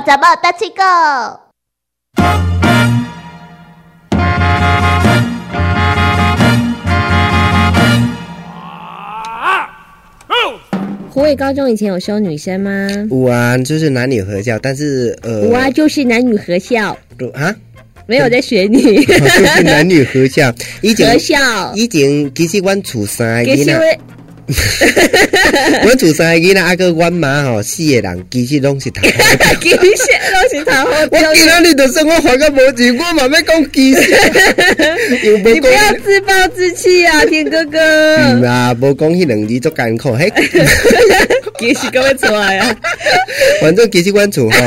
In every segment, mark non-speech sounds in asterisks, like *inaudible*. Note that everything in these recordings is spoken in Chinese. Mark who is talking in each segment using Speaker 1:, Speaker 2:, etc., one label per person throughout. Speaker 1: 怎么大七狗？
Speaker 2: 湖尾高中以前有收女生吗？
Speaker 3: 五啊，就是男女合校，但是呃，
Speaker 2: 我啊，就是男女合校，
Speaker 3: 都 *laughs* 啊，
Speaker 2: 没有在学你。
Speaker 3: 就是男女合校。以前
Speaker 2: 合校，
Speaker 3: 以前其实阮厝三个
Speaker 2: 其
Speaker 3: 囡
Speaker 2: 实 *laughs*
Speaker 3: 仔，阮厝三个囡仔，啊个阮妈吼四个人，其实拢是读。
Speaker 2: *laughs* 我其实都是头后
Speaker 3: 我 *laughs* 今仔日就算我还个无钱，我嘛要讲其
Speaker 2: *laughs*
Speaker 3: 实，又无
Speaker 2: 你不要
Speaker 3: 讲。
Speaker 2: 自暴自弃啊，天哥
Speaker 3: 嗯 *laughs*
Speaker 2: 哥。
Speaker 3: 啊，无讲迄两字足艰苦，嘿，
Speaker 2: 其实各位出来啊，
Speaker 3: *laughs* 反正其实阮厝吼，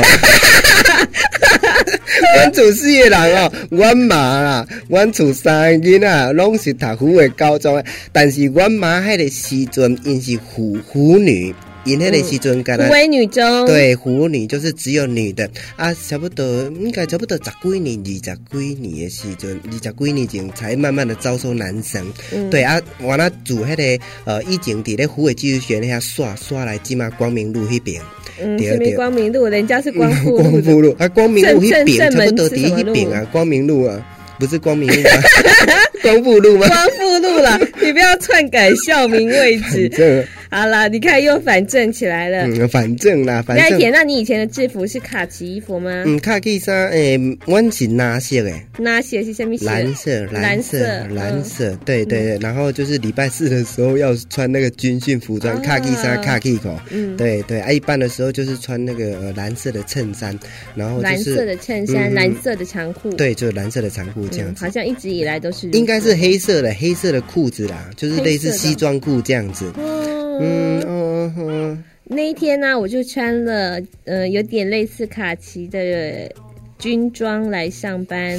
Speaker 3: 阮厝四个人哦，阮妈啦，阮厝三个囡仔拢是读湖的高中的，但是阮妈迄个时阵因是虎虎女，因迄个时阵敢若
Speaker 2: 湖尾女中，，
Speaker 3: 对，虎女就是只有女的啊，差不多应该差不多十几年、二十几年的时阵，二十几年前才慢慢的招收男生。对啊，我那住迄、个呃，以前伫咧虎尾技术学院遐刷刷来，即嘛光明路迄边，
Speaker 2: 嗯，
Speaker 3: 对
Speaker 2: 是没
Speaker 3: 对
Speaker 2: 光明路，人家是光复
Speaker 3: *laughs* 光
Speaker 2: 路的
Speaker 3: 复路啊，光明路迄边
Speaker 2: 正正
Speaker 3: 差不多
Speaker 2: 正
Speaker 3: 伫
Speaker 2: 门是什么
Speaker 3: 迄边啊，光明路啊，不是光明路
Speaker 2: *laughs*
Speaker 3: 啊，光复路吗？
Speaker 2: 光复路了，你不要篡改校名位置
Speaker 3: 反。正，
Speaker 2: 好啦，你看又反正起来了。
Speaker 3: 嗯，反正啦，反
Speaker 2: 那一
Speaker 3: 正
Speaker 2: 铁，，那你以前的制服是卡其衣服吗？
Speaker 3: 嗯，卡其衫诶，阮是哪色诶？
Speaker 2: 那些是什么色？
Speaker 3: 蓝色，
Speaker 2: 蓝
Speaker 3: 蓝
Speaker 2: 色
Speaker 3: 色，蓝
Speaker 2: 嗯
Speaker 3: 色，对对对。然后就是礼拜四的时候要穿那个军训服
Speaker 2: 啊
Speaker 3: 装，卡其衫、卡其口，
Speaker 2: 嗯
Speaker 3: 对对。啊，一般的时候就是穿那个呃蓝色的衬衫，然后就
Speaker 2: 蓝色
Speaker 3: 是
Speaker 2: 的衬衫，
Speaker 3: 嗯
Speaker 2: 蓝色的长裤。
Speaker 3: 对，就是蓝色的长裤这样
Speaker 2: 嗯，
Speaker 3: 子
Speaker 2: 好。像一直以来都是如此。
Speaker 3: 应该是黑色的，黑色的裤子啦，就是类似
Speaker 2: 黑色的
Speaker 3: 西装裤这样子。嗯
Speaker 2: 嗯，
Speaker 3: 嗯嗯，
Speaker 2: 那一天呢、我就穿了呃有点类似卡其的军装来上
Speaker 3: *laughs*
Speaker 2: 班，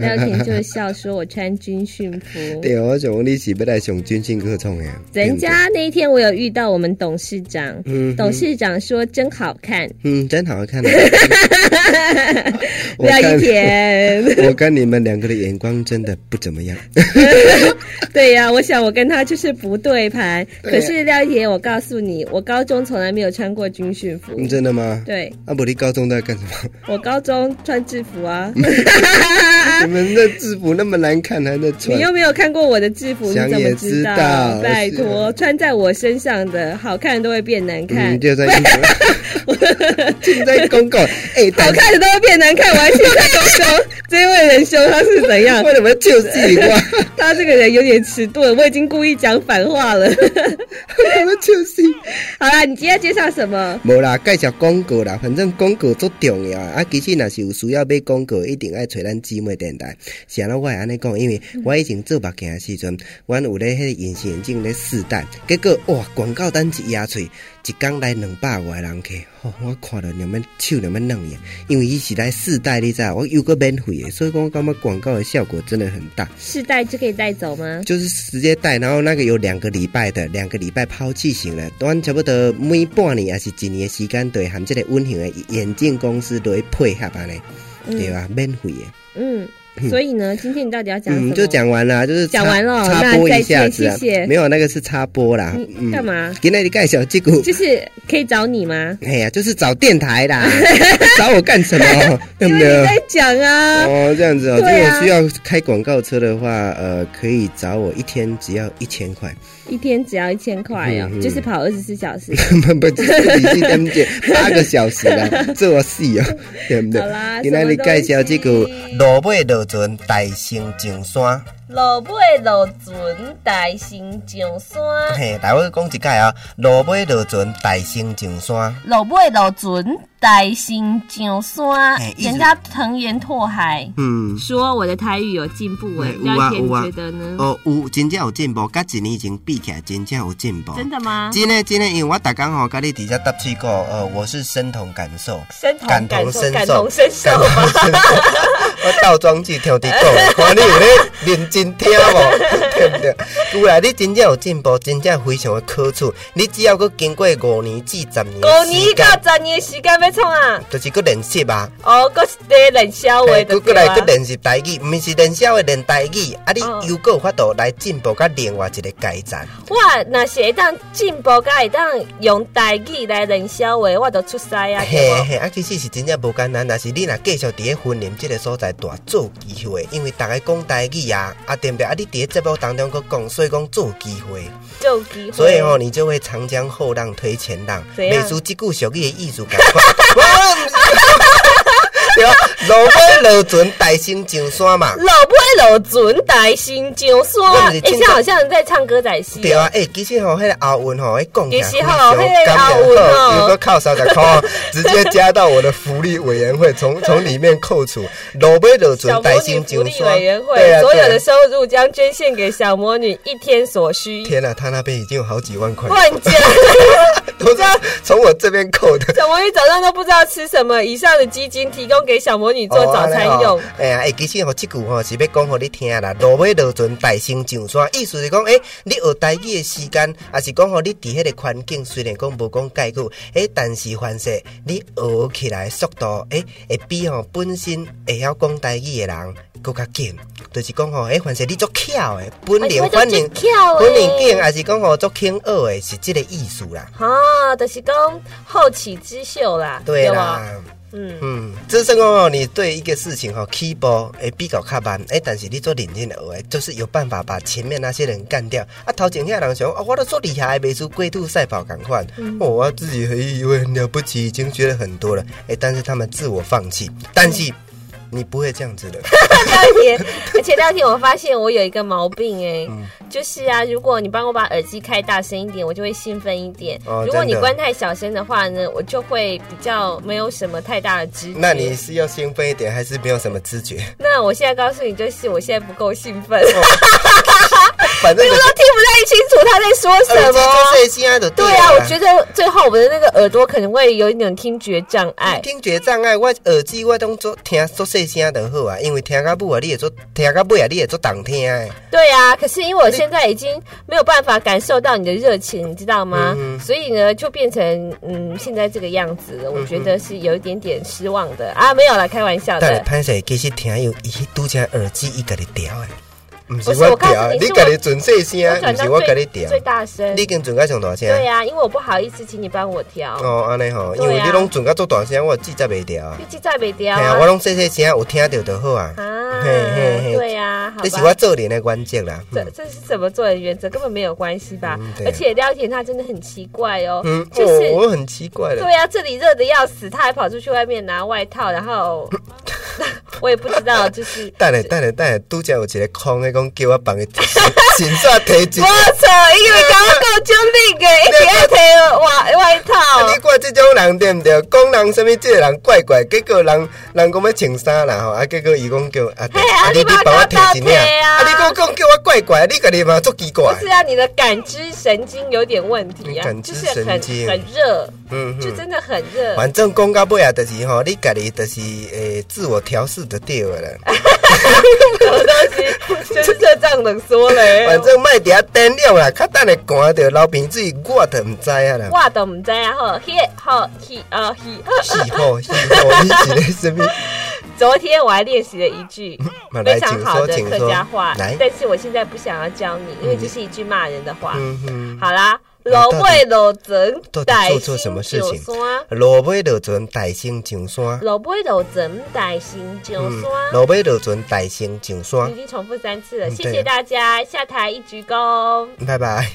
Speaker 2: 廖田就笑说我穿军训服。
Speaker 3: 对，我想讲你是要来上军训课程诶。
Speaker 2: 人家那一天我有遇到我们董事长，
Speaker 3: 嗯
Speaker 2: 董事长说真好看，
Speaker 3: 嗯，真好看啊。
Speaker 2: *laughs*
Speaker 3: 我
Speaker 2: 廖
Speaker 3: 看
Speaker 2: 一田。
Speaker 3: *laughs* 我看你们两个的眼光真的不怎么样。
Speaker 2: 对呀、我想我跟他就是不对盘。
Speaker 3: 对
Speaker 2: 可
Speaker 3: 呀
Speaker 2: 是廖一田，我告诉你，我高中从来没有穿过军训服。
Speaker 3: 嗯真的吗？
Speaker 2: 对
Speaker 3: 阿伯，你高中都在干什么？
Speaker 2: 我高中穿制服啊，
Speaker 3: 嗯你们的制服那么难看，还在穿
Speaker 2: *laughs* 你？又没有看过我的制服，你
Speaker 3: 想
Speaker 2: 怎么
Speaker 3: 也
Speaker 2: 知
Speaker 3: 知
Speaker 2: 道？
Speaker 3: 道
Speaker 2: 拜
Speaker 3: 是
Speaker 2: 托，穿在我身上的好看都会变难看
Speaker 3: 嗯，，就
Speaker 2: *laughs*
Speaker 3: 在 *laughs* 衣服，就在公共。哎、欸，
Speaker 2: 好
Speaker 3: 但
Speaker 2: 看的都会变难看。我还去在高中，这位仁兄他是怎
Speaker 3: *laughs*
Speaker 2: 样？
Speaker 3: 为什么就是我？
Speaker 2: 他这个人有点迟钝，我已经故意讲反
Speaker 3: *laughs*
Speaker 2: 话
Speaker 3: *laughs*
Speaker 2: 了。
Speaker 3: 为什么就是？
Speaker 2: 好啦，你今天要介绍什么？
Speaker 3: 无啦，介绍广告啦，反正广告足重要啊。啊，其实若是有需要买广告，一定爱找咱姊妹电台。是安啊怎我会安尼讲，因为我以前做目镜的时阵，阮有咧迄个隐形眼镜咧试戴，结果哇，广告单一压喙，一工来两百外个人客，吼、我看着两面手两面冷眼，因为伊是来试戴，你知道，我又个免费的，所以讲我感觉广告的效果真的很大。
Speaker 2: 是带就可以带走吗？
Speaker 3: 就是直接带，然后那个有两个礼拜的，两个礼拜抛弃型的，阮差不多每半年还是一年的时间，对含这个温型的眼镜公司都会配合安尼，对吧？免费的，
Speaker 2: 嗯，所以呢，今天你到底要讲什么？
Speaker 3: 嗯，就讲完了，就是插
Speaker 2: 讲完了
Speaker 3: 插播一下子、
Speaker 2: 那再
Speaker 3: 啊，
Speaker 2: 见谢谢
Speaker 3: 没有那个是插播啦，嗯
Speaker 2: 你嗯干嘛？
Speaker 3: 今天你介绍这个，
Speaker 2: *laughs* 就是可以找你吗？
Speaker 3: 哎呀，就是找电台
Speaker 2: *laughs*
Speaker 3: 啦，找我干什么？对
Speaker 2: 因
Speaker 3: 不
Speaker 2: 为
Speaker 3: 对
Speaker 2: 你？在讲啊。
Speaker 3: 哦，这样子哦，如
Speaker 2: 对啊
Speaker 3: 果需要开广告车的话，呃，可以找我，一天只要一千块。
Speaker 2: 一天只要一千块哦，
Speaker 3: 嗯嗯
Speaker 2: 就是跑二十四小时。
Speaker 3: 不不，就是你去点解八个小时啦，做戏哦，对不对
Speaker 2: 好啦？
Speaker 3: 今天你介绍这
Speaker 2: 什么
Speaker 3: 个
Speaker 2: 东西
Speaker 3: 落尾落船，大兴上山。
Speaker 2: 落尾落船，大兴上山。
Speaker 3: 嘿，来我讲一解啊，落尾落船，大兴上山。
Speaker 2: 落尾落船，大兴上山
Speaker 3: 哎一直
Speaker 2: 人家藤原拓海
Speaker 3: 嗯，
Speaker 2: 说我的台语有进步哎
Speaker 3: 哎，有
Speaker 2: 廖一
Speaker 3: 啊
Speaker 2: 天
Speaker 3: 有啊
Speaker 2: 你觉得呢？
Speaker 3: 哦，有真正有进步，甲一年前比起来，真正有进步。
Speaker 2: 真的吗？
Speaker 3: 真的真的，因为我大刚吼，甲你底下搭起过，呃，我是身同感受。
Speaker 2: 身同
Speaker 3: 感
Speaker 2: 感
Speaker 3: 同
Speaker 2: 受，
Speaker 3: 身
Speaker 2: 感
Speaker 3: 受
Speaker 2: 同身
Speaker 3: *laughs*
Speaker 2: 受吧。
Speaker 3: 我倒装句听你讲，看你有咧认真听无？对有啦，你真正有进步，真正非常的可取。你只要佮经过五年至十年
Speaker 2: 五
Speaker 3: 的时
Speaker 2: 年
Speaker 3: 间，
Speaker 2: 到十年的时间要创啊？
Speaker 3: 就是佮练习啊。
Speaker 2: 哦，搁是在冷笑话
Speaker 3: 嘿佮
Speaker 2: 就对
Speaker 3: 过来
Speaker 2: 啊
Speaker 3: 佮。练习台语，毋是练少的练台语，啊，你
Speaker 2: 哦
Speaker 3: 又佮有法度来进步佮另外一个阶层。
Speaker 2: 我若是会当进步，甲会当用台语来冷笑话，我就出师啊，对
Speaker 3: 嘿
Speaker 2: 无？
Speaker 3: 嘿，啊，其实是真正无简单，但是你若继续伫咧婚姻即个所在大做机会，因为逐个讲台语啊，啊对不对？啊，你伫咧节目当中佫讲，所以讲做机会，
Speaker 2: 就机会。
Speaker 3: 所以吼、你就会长江后浪推前浪，
Speaker 2: 怎样
Speaker 3: 袂输即句俗语的意思感觉。 *laughs* 我唔是对啊，落尾落船，大声上山嘛。
Speaker 2: 老尾老船带新上山，
Speaker 3: 那
Speaker 2: 哎、
Speaker 3: 你
Speaker 2: 欸，
Speaker 3: 进
Speaker 2: 这好像在唱歌仔戏、
Speaker 3: 对啊，诶、其实吼、迄、个奥运吼，迄讲起来
Speaker 2: 嗯其实吼
Speaker 3: 非常
Speaker 2: 那个
Speaker 3: 感
Speaker 2: 奥运
Speaker 3: 人
Speaker 2: 吼
Speaker 3: 有个靠 *laughs* 三十块，直接加到我的福利委员会，从从里面扣除，落尾落
Speaker 2: 小
Speaker 3: 准带
Speaker 2: 魔女
Speaker 3: 薪
Speaker 2: 福
Speaker 3: 金
Speaker 2: 利
Speaker 3: 刷，
Speaker 2: 委员会、
Speaker 3: 对啊，
Speaker 2: 所有
Speaker 3: 对
Speaker 2: 的
Speaker 3: 啊
Speaker 2: 收入将捐献给小魔女一天所需。
Speaker 3: 天啊，他那边已经有好几万块，
Speaker 2: 万家
Speaker 3: 都是从我这边扣的。
Speaker 2: 小魔女早上都不知道吃什么，以上的基金提供给小魔女做早餐用。
Speaker 3: 哦哎呀，诶、其实吼，即句吼是要讲互你听啦。落尾落船，大声上山，意思是讲，诶、你学台语的时间，也是讲吼，你伫迄个环境虽然讲无讲介久，诶、但是凡势你学起来的速度，诶、会比吼本身会晓讲台语的人更较紧。就是讲吼，诶、凡势你足巧的，本
Speaker 2: 哎
Speaker 3: 领
Speaker 2: 我就
Speaker 3: 反正
Speaker 2: 很巧的
Speaker 3: 本领紧，也是讲吼足轻学的，是即个意思啦。
Speaker 2: 啊，就是讲后起之秀啦，
Speaker 3: 对
Speaker 2: 吧？
Speaker 3: 啦。
Speaker 2: 嗯，
Speaker 3: 嗯，只是讲哦，你对一个事情哈、哦、起步诶比较较慢，诶，但是你做认真学诶，就是有办法把前面那些人干掉。啊，头前遐人想，哦，我都做厉害，没输龟兔赛跑，赶快、
Speaker 2: 嗯
Speaker 3: 哦，我自己很我很了不起，已经学了很多了，诶，但是他们自我放弃，但是。你不会这样子的，
Speaker 2: 嗯前两天，而且那天我发现我有一个毛病哎、
Speaker 3: 嗯
Speaker 2: 就是啊，如果你帮我把耳机开大声一点，我就会兴奋一点；
Speaker 3: 哦
Speaker 2: 如果你
Speaker 3: 真的
Speaker 2: 关太小声的话呢，我就会比较没有什么太大的知觉。
Speaker 3: 那你是要兴奋一点，还是没有什么知觉？
Speaker 2: 那我现在告诉你，就是我现在不够兴
Speaker 3: *laughs*
Speaker 2: 奋，
Speaker 3: 反正
Speaker 2: 因为
Speaker 3: 就
Speaker 2: 我
Speaker 3: 是
Speaker 2: 都听不太清楚他在说
Speaker 3: 耳
Speaker 2: 什
Speaker 3: 机
Speaker 2: 么。
Speaker 3: 就是现在的
Speaker 2: 对啊，我觉得最后我们的那个耳朵可能会有一点听觉障碍。
Speaker 3: 听觉障碍，我耳机我当做听做细声就好啊，因为听到尾啊，你会做听到尾啊，你会做动听的。
Speaker 2: 对啊，可是因为我现在已经没有办法感受到你的热情，你知道吗？
Speaker 3: 嗯
Speaker 2: 所以呢，就变成嗯现在这个样子了，我觉得是有一点点失望的啊。没有啦，开玩笑
Speaker 3: 但是
Speaker 2: 的。
Speaker 3: 潘水其实听有伊拄只耳机伊家己调的，毋
Speaker 2: 不
Speaker 3: 是
Speaker 2: 是我
Speaker 3: 我
Speaker 2: 告诉
Speaker 3: 调的，
Speaker 2: 你
Speaker 3: 你
Speaker 2: 是我
Speaker 3: 家己准细
Speaker 2: 我
Speaker 3: 声，
Speaker 2: 转
Speaker 3: 毋
Speaker 2: 到
Speaker 3: 是我家己
Speaker 2: 最
Speaker 3: 调
Speaker 2: 最。大声
Speaker 3: 你。已经准到上大声。
Speaker 2: 对啊，因为我不好意思，请你帮我调。
Speaker 3: 哦，安尼吼，
Speaker 2: 对
Speaker 3: 因
Speaker 2: 啊
Speaker 3: 为你拢准到做大声，我记才袂调啊
Speaker 2: 预。计再没调
Speaker 3: 嘿啊，我
Speaker 2: 啊。
Speaker 3: 拢细细声，有听到就好啊。
Speaker 2: 啊，
Speaker 3: 嘿嘿嘿
Speaker 2: 对啊，好
Speaker 3: 这是我
Speaker 2: 吧。
Speaker 3: 做人的原则啦。
Speaker 2: 这
Speaker 3: 嗯
Speaker 2: 这是怎么做人原则，根本没有关系吧？
Speaker 3: 嗯对
Speaker 2: 而且廖田他真的很奇怪哦，
Speaker 3: 嗯，
Speaker 2: 就
Speaker 3: 哦
Speaker 2: 是
Speaker 3: 我很奇怪的。
Speaker 2: 对呀、这里热的要死，他还跑出去外面拿外套，然
Speaker 3: *laughs*
Speaker 2: 后我也不知道，就是
Speaker 3: 等下等下等下，拄则有一个空的讲叫我帮伊， *laughs* 先煞提一
Speaker 2: 我操，因为刚刚够救命诶，一直哎要脱外外
Speaker 3: *laughs* 啊、你
Speaker 2: 套。
Speaker 3: 看这种人对不对？讲人什么，这个人怪怪，结果人人讲要穿衫啦吼，啊，结果伊讲叫啊，
Speaker 2: 嘿啊你
Speaker 3: 你
Speaker 2: 帮
Speaker 3: 帮
Speaker 2: 我
Speaker 3: 我提一领，
Speaker 2: 搭配啊
Speaker 3: 啊，你讲讲叫我怪怪，你家己嘛足奇
Speaker 2: 不
Speaker 3: 怪，
Speaker 2: 是啊，你的感知神经有点问题啊，
Speaker 3: 感
Speaker 2: 就
Speaker 3: 知
Speaker 2: 是很
Speaker 3: 神经
Speaker 2: 很热，
Speaker 3: 嗯
Speaker 2: 就
Speaker 3: 哼。
Speaker 2: 真的很热。
Speaker 3: 反正讲到尾啊，就是吼，你家己就是诶、自我调试就对了啦。
Speaker 2: 哎什么东西？就是这样冷缩
Speaker 3: *laughs*
Speaker 2: 嘞。
Speaker 3: 反正卖伫遐等了啦，较等下寒着流鼻水，我都毋知啊啦。
Speaker 2: 我都唔知啊，吼，嘿，吼，嘿，呃，嘿，
Speaker 3: 气候气候，你是咧什
Speaker 2: *laughs*
Speaker 3: 么？
Speaker 2: 昨天我还练习了一句
Speaker 3: 嘛嗯来
Speaker 2: 非常好的
Speaker 3: 请说
Speaker 2: 客家话
Speaker 3: 请说来，
Speaker 2: 但是我现在不想要教你，因为这是一句骂人的话。
Speaker 3: 嗯哼。
Speaker 2: 好啦，老尾老整
Speaker 3: 到底
Speaker 2: 带
Speaker 3: 做
Speaker 2: 新
Speaker 3: 错什么事
Speaker 2: 上
Speaker 3: 情
Speaker 2: 山，
Speaker 3: 落尾落船，大声上山。
Speaker 2: 老尾老整带新上
Speaker 3: 嗯，
Speaker 2: 山。
Speaker 3: 落尾落船，大声上山
Speaker 2: 已。经重复三次了，
Speaker 3: 嗯
Speaker 2: 谢谢
Speaker 3: 对
Speaker 2: 大家，下台一鞠躬。
Speaker 3: 拜拜。